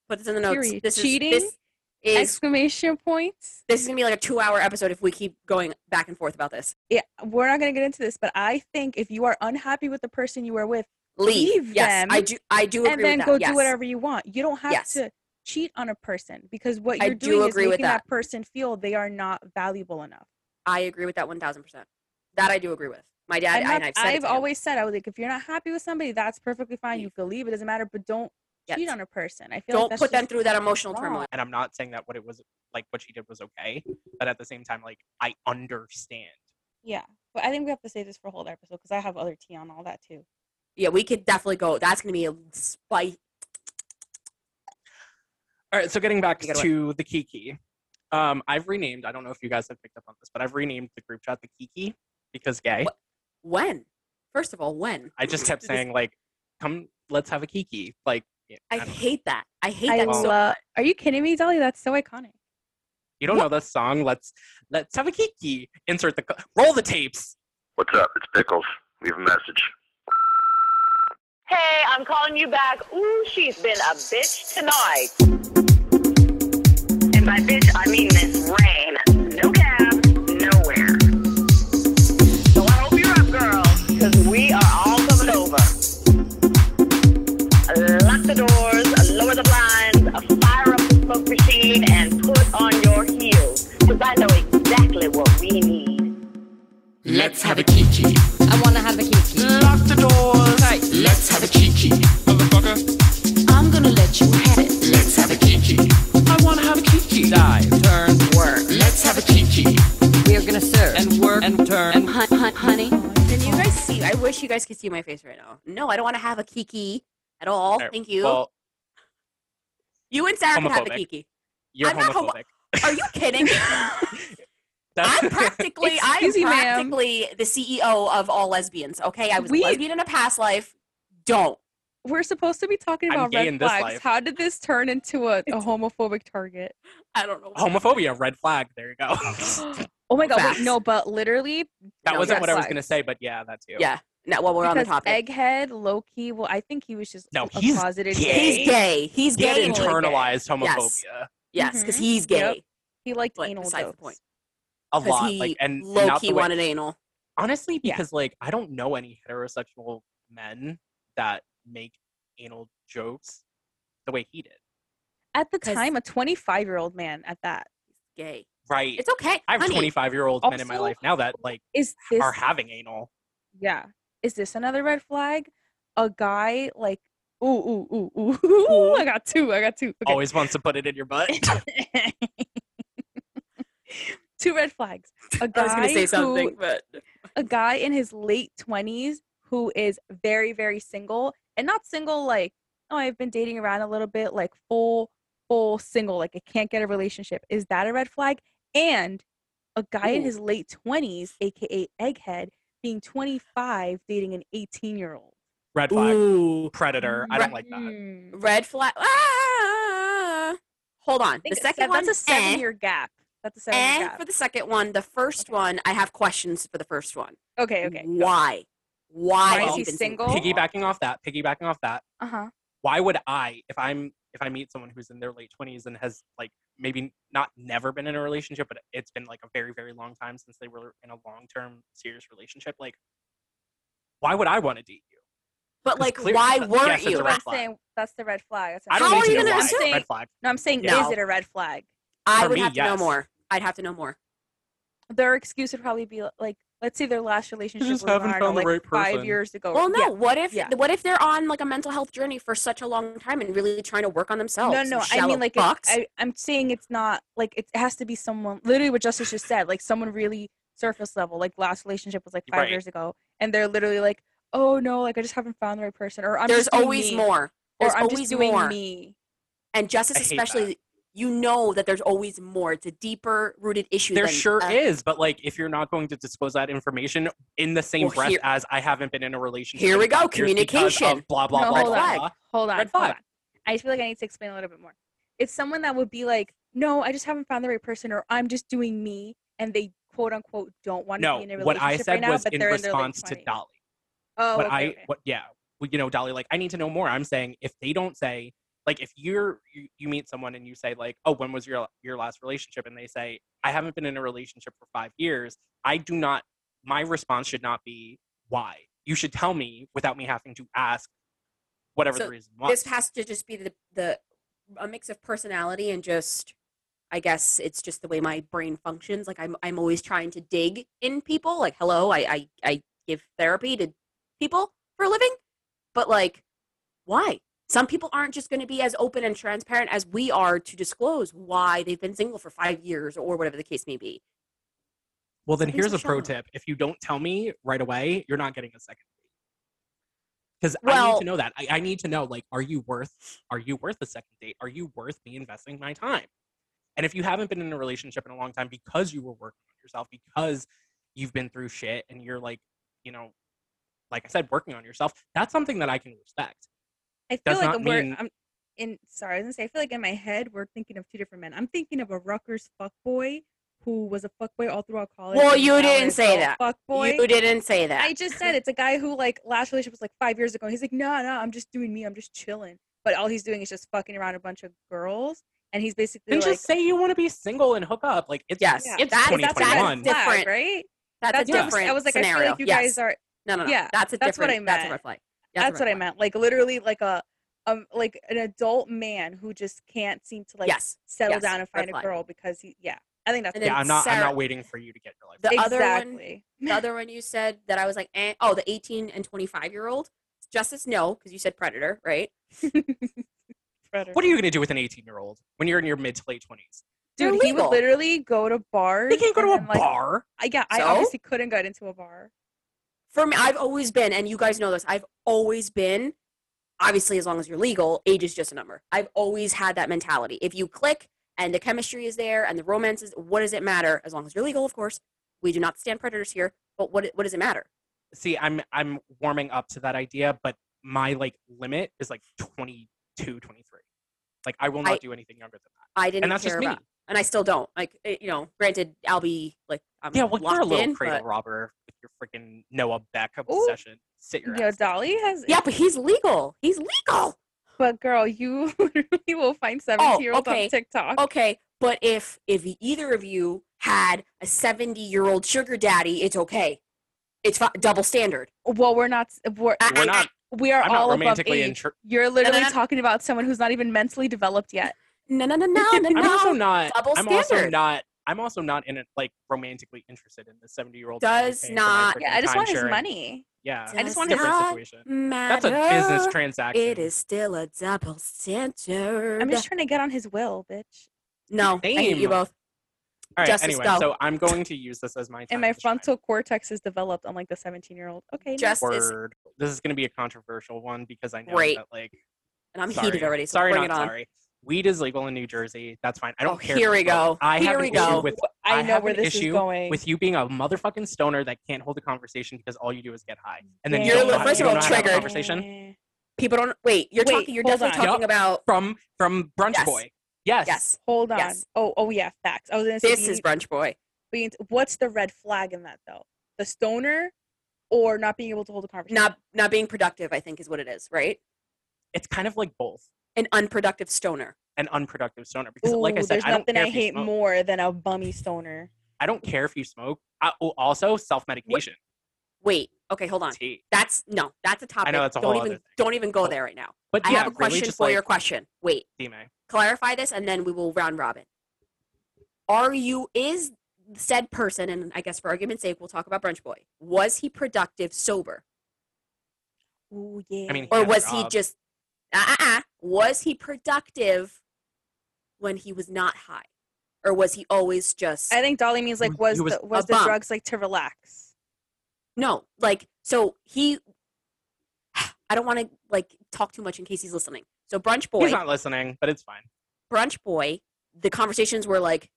C: Put this in the notes.
A: Period.
C: This
A: Cheating?
C: is this is
A: Exclamation points.
C: this is gonna be like a two hour episode if we keep going back and forth about this.
A: Yeah, we're not gonna get into this, but I think if you are unhappy with the person you are with.
C: Leave.
A: Leave
C: yes, I
A: them
C: do. I do agree
A: and then
C: with that.
A: go
C: yes.
A: do whatever you want. You don't have
C: Yes.
A: to cheat on a person because what
C: I
A: you're
C: do
A: doing is
C: agree with
A: making that. person feel they are not valuable enough.
C: I agree with that one thousand percent. That I do agree with. My dad,
A: I'm
C: I,
A: not-
C: and I've, said it
A: I've
C: to him.
A: always said I was like, if you're not happy with somebody, that's perfectly fine. You can leave. It doesn't matter. But don't
C: Yes.
A: cheat on a person. I feel like
C: don't
A: that's
C: put them
A: just
C: through that emotional
A: wrong.
C: turmoil.
B: And I'm not saying that what it was like what she did was okay, but at the same time, like I understand.
A: Yeah, but I think we have to say this for a whole episode because I have other tea on all that too.
C: Yeah, we could definitely go. That's going to be a spike.
B: All right, so getting back
C: You gotta
B: to the Kiki. Um, I've renamed, I don't know if you guys have picked up on this, but I've renamed the group chat the Kiki because gay.
C: What? When? First of all, when?
B: I just kept
C: *laughs* This-
B: saying like, come let's have a Kiki. Like yeah,
C: I
B: don't know.
C: hate that. I hate
A: I
C: that so
A: love. Are you kidding me, Dolly? That's so iconic.
B: you don't know this song, let's let's have a Kiki. Insert the co- roll the tapes.
L: What's up? It's Pickles. Leave a message.
J: Hey, I'm calling you back. Ooh, she's been a bitch tonight. And by bitch, I mean this rain. No cab, nowhere. So I hope you're up, girl, because we are all coming over. Lock the doors, lower the blinds, fire up the smoke machine, and put on your heels, because I know exactly what we need.
M: Let's have a kiki.
J: I want to have a kiki.
M: Lock the doors. Right. Let's have a kiki. Motherfucker. I'm gonna let you have it. Let's have a kiki. I wanna have a kiki. Dive, turn, work. Let's have a kiki. We're gonna serve and work and turn and hunt, hunt, honey.
C: Can you guys see? I wish you guys could see my face right now. No, I don't want to have a kiki at all.
B: There,
C: Thank you.
B: Well,
C: you and Sarah can have a
B: homophobic.
C: kiki.
B: you're
C: I'm not homo-
B: homophobic.
C: Are you
B: *laughs*
C: kidding?
B: That's- *laughs*
C: I'm practically, I'm
A: Excuse me, ma'am.
C: practically the CEO of all lesbians. Okay, I was a
A: We-
C: lesbian in a past life. Don't.
A: We're supposed to be talking
B: I'm
A: about
B: gay in
A: red
B: this
A: flags.
B: life.
A: How did this turn into a, a homophobic target?
C: *gasps* I don't know.
B: homophobia, red flag. There you
C: *gasps*
B: go. *laughs*
A: Oh my god!
C: Facts.
A: Wait, no, but literally,
B: that
C: No,
B: wasn't
A: red
B: what I was gonna
A: flags.
B: say, but yeah, that too.
C: Yeah. Now, while we're on the
A: because
C: topic,
A: egghead, Loki. Well, I think he was just
B: No,
A: a
B: he's
A: closeted
B: gay.
C: he's gay. He's
B: He had
C: gay. and we're gay.
B: internalized homophobia
C: Yes. Yes, because
A: Mhm.
C: he's gay.
A: Yep. He liked
C: But
A: anal
C: besides the
A: dopes.
C: point.
B: a
C: 'Cause
B: lot.
C: he
B: like and and
C: low
B: not
C: key
B: the way-
C: wanted anal.
B: honestly
A: Yeah.
B: because like I don't know any heterosexual men that make anal jokes the way he did.
A: At the
C: 'Cause-
A: time, a 25 year old man at that.
C: Gay.
B: Right.
C: It's okay.
B: I have
C: honey.
B: 25 year old men in my
A: Also-
B: life now that like
A: Is this
B: are having anal.
A: Yeah. Is this another red flag? A guy like ooh ooh ooh *laughs* ooh. ooh I got two. I got two. Okay.
B: Always wants to put it in your
C: *laughs*
B: butt.
A: *laughs* two red flags. A guy
C: I was gonna say something,
A: who,
C: but
A: a guy in his late 20s who is very very single and not single like oh I've been dating around a little bit like full full single like I can't get a relationship. Is that a red flag? And a guy in
C: Ooh.
A: his late 20s aka egghead being 25 dating an 18 year old.
B: Red flag.
C: ooh,
B: Predator. I don't like that.
C: red flag. Ah! Hold on. The second one.
A: that's a
C: eh.
A: seven year gap. That's a seven
C: And
A: year gap.
C: for the second one, the first one, I have questions for the first one.
A: okay, okay.
C: Why? Why,
A: Why
B: is
C: is
B: he
C: he been single?
A: single?
B: Piggybacking off that. Piggybacking off that.
A: Uh huh.
B: Why would I if I'm if I meet someone who's in their late 20s and has like maybe not never been in a relationship but it's been like a very very long time since they were in a long-term serious relationship like why would I want to date you?
C: But
B: 'Cause
C: like,
B: clear- uh,
C: why
B: yes,
C: weren't
B: it's a
C: you?
B: red
A: That's,
B: flag.
A: saying, that's the red flag. That's
B: I don't
C: How
A: how
B: need
C: are
B: to
C: you
B: know
C: gonna
B: why.
C: assume?
B: Red flag.
A: No, I'm saying
C: No.
A: is it a red flag?
C: I
B: For
C: would
B: me,
C: have to know
B: yes.
C: more. I'd have to know more.
A: Their excuse would probably be like, let's say their last relationship was
B: just
A: I
B: haven't
A: don't know,
B: found the
A: like
B: right
A: five
B: person.
A: years ago.
C: Well, no.
A: Oh, Yeah.
C: What if?
A: Yeah.
C: What if they're on like a mental health journey for such a long time and really trying to work on themselves?
A: No, no, I mean like it's-
C: bucks.
A: I, I'm saying it's not like it has to be someone literally what Justice just said, like someone really surface level, like last relationship was like five
B: Right.
A: years ago, and they're literally like, oh no, like I just haven't found the right person, or I'm
C: There's
A: just doing
C: always
A: me,"
C: more. There's
A: or I'm
C: always
A: just doing
C: more.
A: me.
C: And justice,
B: I hate that.
C: especially, you know that there's always more. It's a deeper rooted issue.
B: There
C: than,
B: sure
C: uh,
B: is, but like if you're not going to disclose that information in the same
C: Well,
B: breath
C: here-
B: as I haven't been in a relationship.
C: Here we
B: in
C: go,
B: five years because of
C: communication.
B: Blah blah
A: No,
B: blah
A: hold
B: blah.
A: on.
B: blah.
A: Hold on,
B: Red
A: hold
B: flag.
A: on. I just feel like I need to explain a little bit more. It's someone that would be like, no, I just haven't found the right person, or I'm just doing me, and they quote unquote don't want to be in a
B: No, what
A: relationship
B: I said
A: right now,
B: was
A: but
B: in
A: they're
B: response
A: in their
B: to
A: late 20s.
B: Dolly.
A: Oh,
B: what
A: okay,
B: I
A: okay.
B: what yeah, well, you know Dolly, like I need to know more. I'm saying if they don't say like if you're you, you meet someone and you say like oh when was your your last relationship and they say I haven't been in a relationship for five years, I do not. My response should not be why. You should tell me without me having to ask whatever
C: So
B: the reason was.
C: this has to just be the, the a mix of personality and just I guess it's just the way my brain functions. Like I'm I'm always trying to dig in people. Like hello, I I, I give therapy to people for a living, but like why? Some people aren't just going to be as open and transparent as we are to disclose why they've been single for five years or whatever the case may be.
B: Well, then
C: Something's
B: here's a
C: up,
B: pro
C: Charlotte.
B: tip: if you don't tell me right away, you're not getting a second date. Because I need
C: Well-
B: to know that. I, I need to know like, are you worth? Are you worth a second date? Are you worth me investing my time? And if you haven't been in a relationship in a long time because you were working on yourself, because you've been through shit, and you're like, you know, like I said, working on yourself, that's something that I can respect.
A: I feel
B: Does
A: like
B: not
A: we're
B: mean-
A: I'm in sorry, I was gonna say I feel like in my head we're thinking of two different men. I'm thinking of a Rutgers fuckboy who was a fuckboy all throughout college.
C: Well,
A: and
C: you
A: now
C: didn't
A: is
C: say
A: a
C: that.
A: Fuckboy.
C: You didn't say that.
A: I just said it's a guy who like last relationship was like five years ago. He's like, no, no, I'm just doing me. I'm just chilling. But all he's doing is just fucking around a bunch of girls, and he's basically
B: Then
A: like,
B: just say you want to be single and hook up. Like it's
C: Yes,
A: Yeah.
B: it's
C: that's- that's- that's
B: 2021.
C: different.
A: right?
C: *laughs*
A: That's
C: That's, a
A: what I was-
C: different
A: I was like, I feel like
C: scenario.
A: you
C: yes.
A: guys are-
C: No, no, no.
A: Yeah,
C: that's a
A: that's what
C: different.
A: I
C: That's a
A: meant.
C: red flag. a
A: that's
C: red
A: what I
C: flag.
A: meant. Like literally, like a um, like an adult man who just can't seem to like
C: Yes.
A: settle
C: Yes.
A: down and
C: Red
A: find a
C: flag.
A: girl because he, yeah, I think that's
C: And
A: what
C: then
B: Yeah, I'm not. I'm
C: Sarah-
B: not waiting for you to get your life.
C: The other one,
A: exactly.
C: the other one you said that I was like, eh, oh, the 18 and 25 year old. Justice, no, because you said predator, right?
A: Predator.
B: What are you going to do with an 18 year old when you're in your mid to late 20s?
C: They're
A: Dude, he would
C: legal.
A: literally go to bars.
B: They can't go
A: and
B: to a
A: then, like,
B: bar.
A: I, yeah, I
C: So?
A: obviously couldn't get into a bar.
C: For me, I've always been, and you guys know this, I've always been, obviously, as long as you're legal, age is just a number. I've always had that mentality. If you click and the chemistry is there and the romance is, what does it matter? As long as you're legal, of course. We do not stand predators here, but what, what does it matter?
B: See, I'm I'm warming up to that idea, but my like limit is like 22, 23. Like I will not
C: I-
B: do anything younger than that.
C: I didn't
B: that's just
C: care
B: me.
C: about, and I still don't. Like, eh, you know, granted, I'll be like, I'm
B: yeah, well,
C: locked
B: you're a little
C: in,
B: cradle
C: but-
B: robber with your freaking Noah Beck
A: Ooh.
B: obsession. Sit your
A: Yo,
B: ass. down.
A: Dolly has.
C: Yeah, but he's legal. He's legal.
A: But girl, you *laughs* literally will find 17 year olds
C: Oh, okay. Oh.
A: on TikTok.
C: Okay, but if if either of you had a 70 year old sugar daddy, it's okay. It's fi- double standard.
A: Well, we're not. We're,
C: I-
B: We're not.
A: we are
B: I'm
A: all
B: not
A: above
B: romantically
A: age.
B: inter-
A: You're literally
C: no, no.
A: talking about someone who's not even mentally developed yet.
C: No, no,
B: *laughs*
C: no, no, no, no.
B: I'm also not.
C: double
B: I'm also
C: standard.
B: not. I'm also not in it like romantically interested in the 70 year old.
C: Does not-
A: Yeah, I just want his
B: sharing.
A: money.
B: Yeah,
A: I just
C: Does
A: want his-
B: different
C: not
B: situation. That's
C: Matter.
B: a business transaction.
C: It is still a double standard.
A: I'm just trying to get on his will, bitch.
C: no, I hate you
B: Same.
C: both.
B: All right.
C: Justice,
B: anyway,
C: go.
B: so I'm going to use this as my time
A: And my
B: to shine.
A: frontal cortex is developed unlike the 17 year old. Okay. no.
C: Justice,
B: Word. This is going to be a controversial one because I know
C: Great.
B: that like
C: and I'm
B: sorry.
C: heated already. So
B: sorry,
C: bring
B: not
C: it on.
B: sorry. Weed is legal in New Jersey. That's fine. I don't
C: Oh,
B: care.
C: here we
B: Look,
C: go.
B: I have
C: Here
B: an
C: we
B: issue
C: go.
B: with
A: I know
B: have
A: where
B: an
A: this
B: issue
A: is going.
B: with you being a motherfucking stoner that can't hold a conversation because all you do is get high, and then you
C: You're
B: don't
C: li-
B: know how-
C: first
B: you
C: of
B: don't
C: all,
B: know how to have a
C: triggered.
B: conversation
C: People don't wait. You're
A: Wait,
C: talking. You're
A: hold
C: definitely
A: on.
C: talking
B: Yup.
C: about
B: from from brunch
C: Yes.
B: boy. Yes.
C: yes.
A: Hold on.
C: Yes.
A: Oh, oh yeah, facts. I was gonna say
C: This is
A: being-
C: brunch boy.
A: being- what's the red flag in that though? The stoner or not being able to hold a conversation?
C: Not not being productive. I think is what it is. Right.
B: It's kind of like both
C: An unproductive stoner.
B: an unproductive stoner because,
A: Ooh,
B: like I said,
A: there's
B: I don't
A: nothing
B: care
A: I
B: if you
A: hate
B: smoke.
A: more than a bummy stoner.
B: I don't care if you smoke. I, oh, also, self medication.
C: Wait. Okay. Hold on.
B: Tea.
C: That's no. That's a topic.
B: that's a
C: don't
B: whole
C: even
B: other thing.
C: don't even go
B: Whole-
C: there right now.
B: But
C: I
B: yeah,
C: have a
B: really
C: question
B: just,
C: for
B: like,
C: your question. Wait.
B: DMA.
C: Clarify this, and then we will round robin. Are you is said person, and I guess for argument's sake, we'll talk about brunch boy. Was he productive sober,
A: Ooh yeah.
B: I mean,
C: or
B: had a
C: was he
B: job.
C: just uh, uh, uh, was he productive when he was not high, or was he always just
A: I think Dolly means like
B: He
A: was
B: was
A: the, was
C: a
A: the
C: bum.
A: drugs like to relax.
C: No, like so he. *sighs* I don't want to like talk too much in case he's listening. So brunch boy,
B: He's not listening, but it's fine.
C: brunch boy. The conversations were like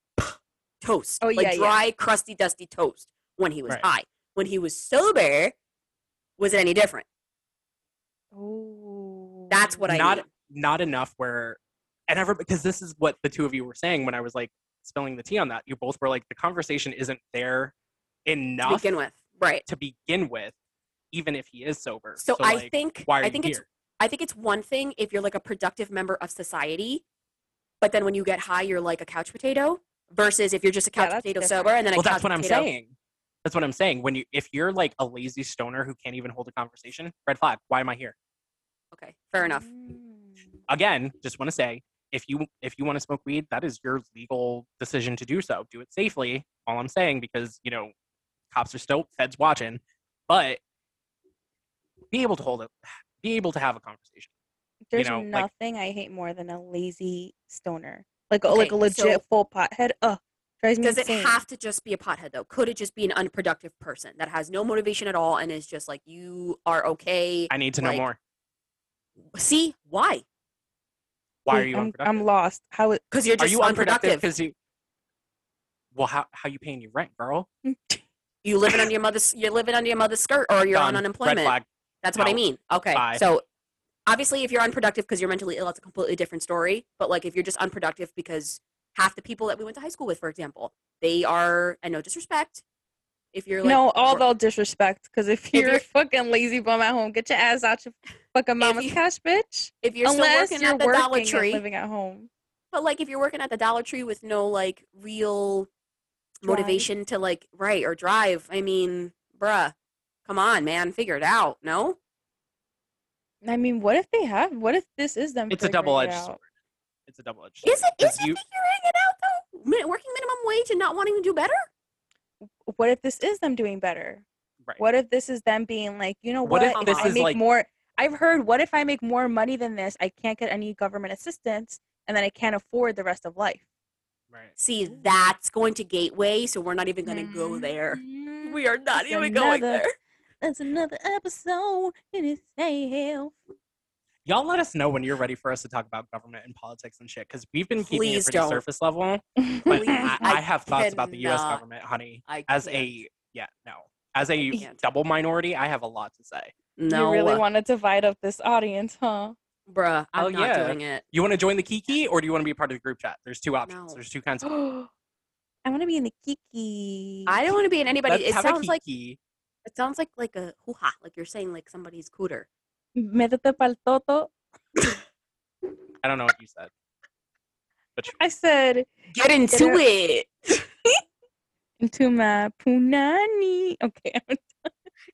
C: toast,
A: Oh, yeah,
C: like
A: yeah.
C: dry, crusty, dusty toast when he was
B: Right.
C: high. When he was sober, was it any different?
A: Oh.
C: That's what I
B: not
C: mean.
B: not enough where and ever because this is what the two of you were saying when I was like spilling the tea on that. You both were like the conversation isn't there
C: to
B: enough
C: begin with, right?
B: to begin with, even if he is sober.
C: So, I
B: like,
C: think
B: why are
C: I
B: you
C: think it's
B: here?
C: I think it's one thing if you're like a productive member of society, but then when you get high, you're like a couch potato. Versus if you're just a
A: Yeah,
C: couch
A: that's
C: potato
A: different.
C: sober, and then
B: well
C: a couch
B: that's what I'm
C: potato-
B: saying. That's what I'm saying. When you if you're like a lazy stoner who can't even hold a conversation, red flag, why am I here?
C: Okay, fair enough.
A: Mm.
B: Again, just want to say if you if you want to smoke weed, that is your legal decision to do so. Do it safely. All I'm saying, because you know, cops are still feds watching, but be able to hold it, be able to have a conversation.
A: There's
B: you know, like
A: nothing I hate more than a lazy stoner, like a,
C: Okay,
A: like a legit
C: so-
A: full pothead. Ugh, drives me
C: Does it
A: insane.
C: have to just be a pothead though? Could it just be an unproductive person that has no motivation at all and is just like you are okay?
B: I need to know
C: like,
B: more.
C: See why?
B: Why
A: Wait,
B: are you
A: I'm,
B: unproductive?
A: I'm lost. How it?
C: Because you're
B: are
C: just
B: you unproductive
C: unproductive.
B: because you? Well, how how you paying your rent, girl?
C: You living under your mother's. You're living under your mother's skirt, or you're
B: Done.
C: on
B: Red
C: unemployment.
B: flag.
C: That's what I
B: Out.
C: mean. Okay.
B: Bye.
C: So obviously if you're unproductive because you're mentally ill, that's a completely different story. But like if you're just unproductive because half the people that we went to high school with, for example, they are and no disrespect. If you're like
A: no, all
C: wor-
A: the disrespect. Because if you're, a fucking lazy bum at home, get your ass out your fucking mama's cash, bitch.
C: if you're still
A: Unless
C: working
A: you're
C: at the Dollar
A: working and
C: Tree.
A: living at home.
C: but like if you're working at the Dollar Tree with no like real
A: Drive.
C: motivation to like right or drive, I mean, bruh, come on, man, figure it out. No?
A: I mean, what if they have? What if this is them?
B: It's a
A: figuring it
B: double-edged
A: out?
B: sword. It's a double edged.
C: Is it is
B: Because
C: it
B: you-
C: figuring it out though? Mi- Working minimum wage and not wanting to do better?
A: What if this is them doing better?
B: Right.
A: What if this is them being like, you know what?
B: What if this
A: I
B: is
A: make
B: like-
A: more, I've heard, what if I make more money than this? I can't get any government assistance, and then I can't afford the rest of life.
B: Right.
C: See, that's going to gateway, so we're not even gonna go there. We are not
A: It's
C: even going
A: Mm-hmm. another-
C: there.
A: That's another episode in itself.
B: Y'all let us know when you're ready for us to talk about government and politics and shit, because we've been keeping
C: Please
B: it pretty
C: don't.
B: surface level. *laughs* But I,
C: I
B: I have thoughts about the U.S.
C: cannot.
B: government, honey.
C: I
B: as
C: can't.
B: a yeah, no, as a
C: can't.
B: double minority, I have a lot to say.
C: No,
A: *laughs* You really want to divide up this audience, huh?
C: bruh, I'm
B: Hell
C: not
B: yeah.
C: doing it.
B: You want to join the Kiki or do you want to be part of the group chat? There's two options.
C: No.
B: There's two kinds. Of,
A: *gasps* I want to be in the kiki.
C: I don't want to be in anybody.
B: Let's
C: it
B: have
C: sounds
B: a
C: like
B: Kiki.
C: it sounds like like a hoo ha. Like you're saying like somebody's cooter.
A: Métete pa'l toto.
B: I don't know what you said.
A: I said
C: Get into it.
A: into my punani. Okay, I'm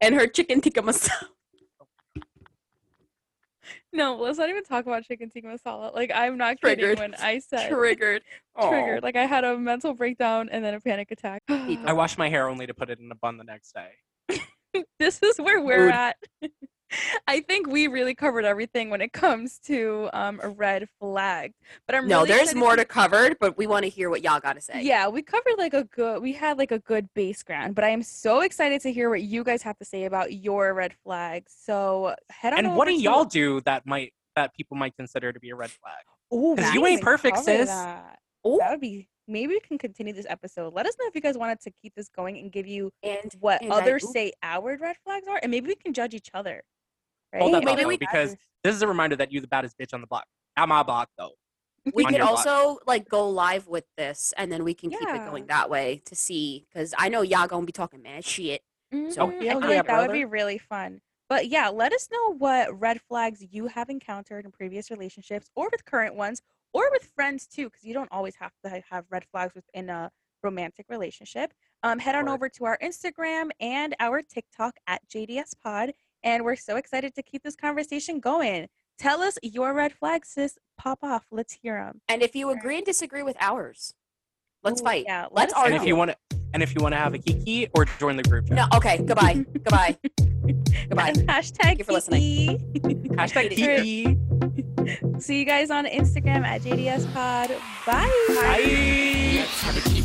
C: And her chicken tikka
A: *laughs*
C: masala.
A: No, let's not even talk about chicken tikka masala. Like I'm not
C: Triggered.
A: kidding when I said
C: Triggered.
A: triggered.
C: Aw.
A: Like I had a mental breakdown and then a panic attack. *sighs*
B: I wash my hair only to put it in a bun the next day.
A: this is where we're
B: Mood.
A: at. *laughs* I think we really covered everything when it comes to um a red flag. But I'm
C: no,
A: really
C: there's
A: excited
C: more to cover, but we want to hear what y'all got to say.
A: Yeah, we covered like a good we had like a good base ground, but I am so excited to hear what you guys have to say about your red flags. So head on
B: And what
A: over
B: do
A: to-
B: y'all do that might that people might consider to be a red flag?
A: Ooh, we
B: 'Cause you
A: didn't
B: ain't
A: even
B: perfect,
A: cover
B: sis.
A: That.
C: Ooh.
A: That would be. Maybe we can continue this episode. Let us know if you guys wanted to keep this going and give you
C: And
A: what
C: and I-
A: others
C: ooh.
A: say our red flags are, and maybe we can judge each other. Right?
B: Hold that
C: Maybe
B: thought though,
C: we-
B: because this is a reminder that you the baddest bitch on the block. Not my block though.
C: we
B: on
C: could
B: your block.
C: also like go live with this, and then we can keep it
A: Yeah.
C: going that way to see. Because I know y'all gonna be talking mad shit.
A: Mhm, I
B: hell
A: feel
B: yeah,
A: like that would be
B: brother.
A: really fun. But yeah, let us know what red flags you have encountered in previous relationships, or with current ones, or with friends too, because you don't always have to ha- have red flags within a romantic relationship. Um, head on
B: Word.
A: over to our Instagram and our TikTok at JDS Pod, and we're so excited to keep this conversation going. Tell us your red flags, sis. Pop off. Let's hear them.
C: And if you agree and disagree with ours, let's
A: Ooh,
C: fight.
A: yeah, let
C: let's
A: us know.
B: And
A: *laughs*
C: argue.
B: if you want to, and if you want to have a Kiki or join the group chat.
C: no,
A: *laughs*
C: okay. Goodbye. goodbye. Goodbye.
A: Hashtag E.
C: Thank you for listening.
A: Kiki.
B: Hashtag
A: All right.
B: Kiki.
A: See you guys on Instagram at JDS Pod. Bye.
B: Bye.
N: Let's have a Kiki.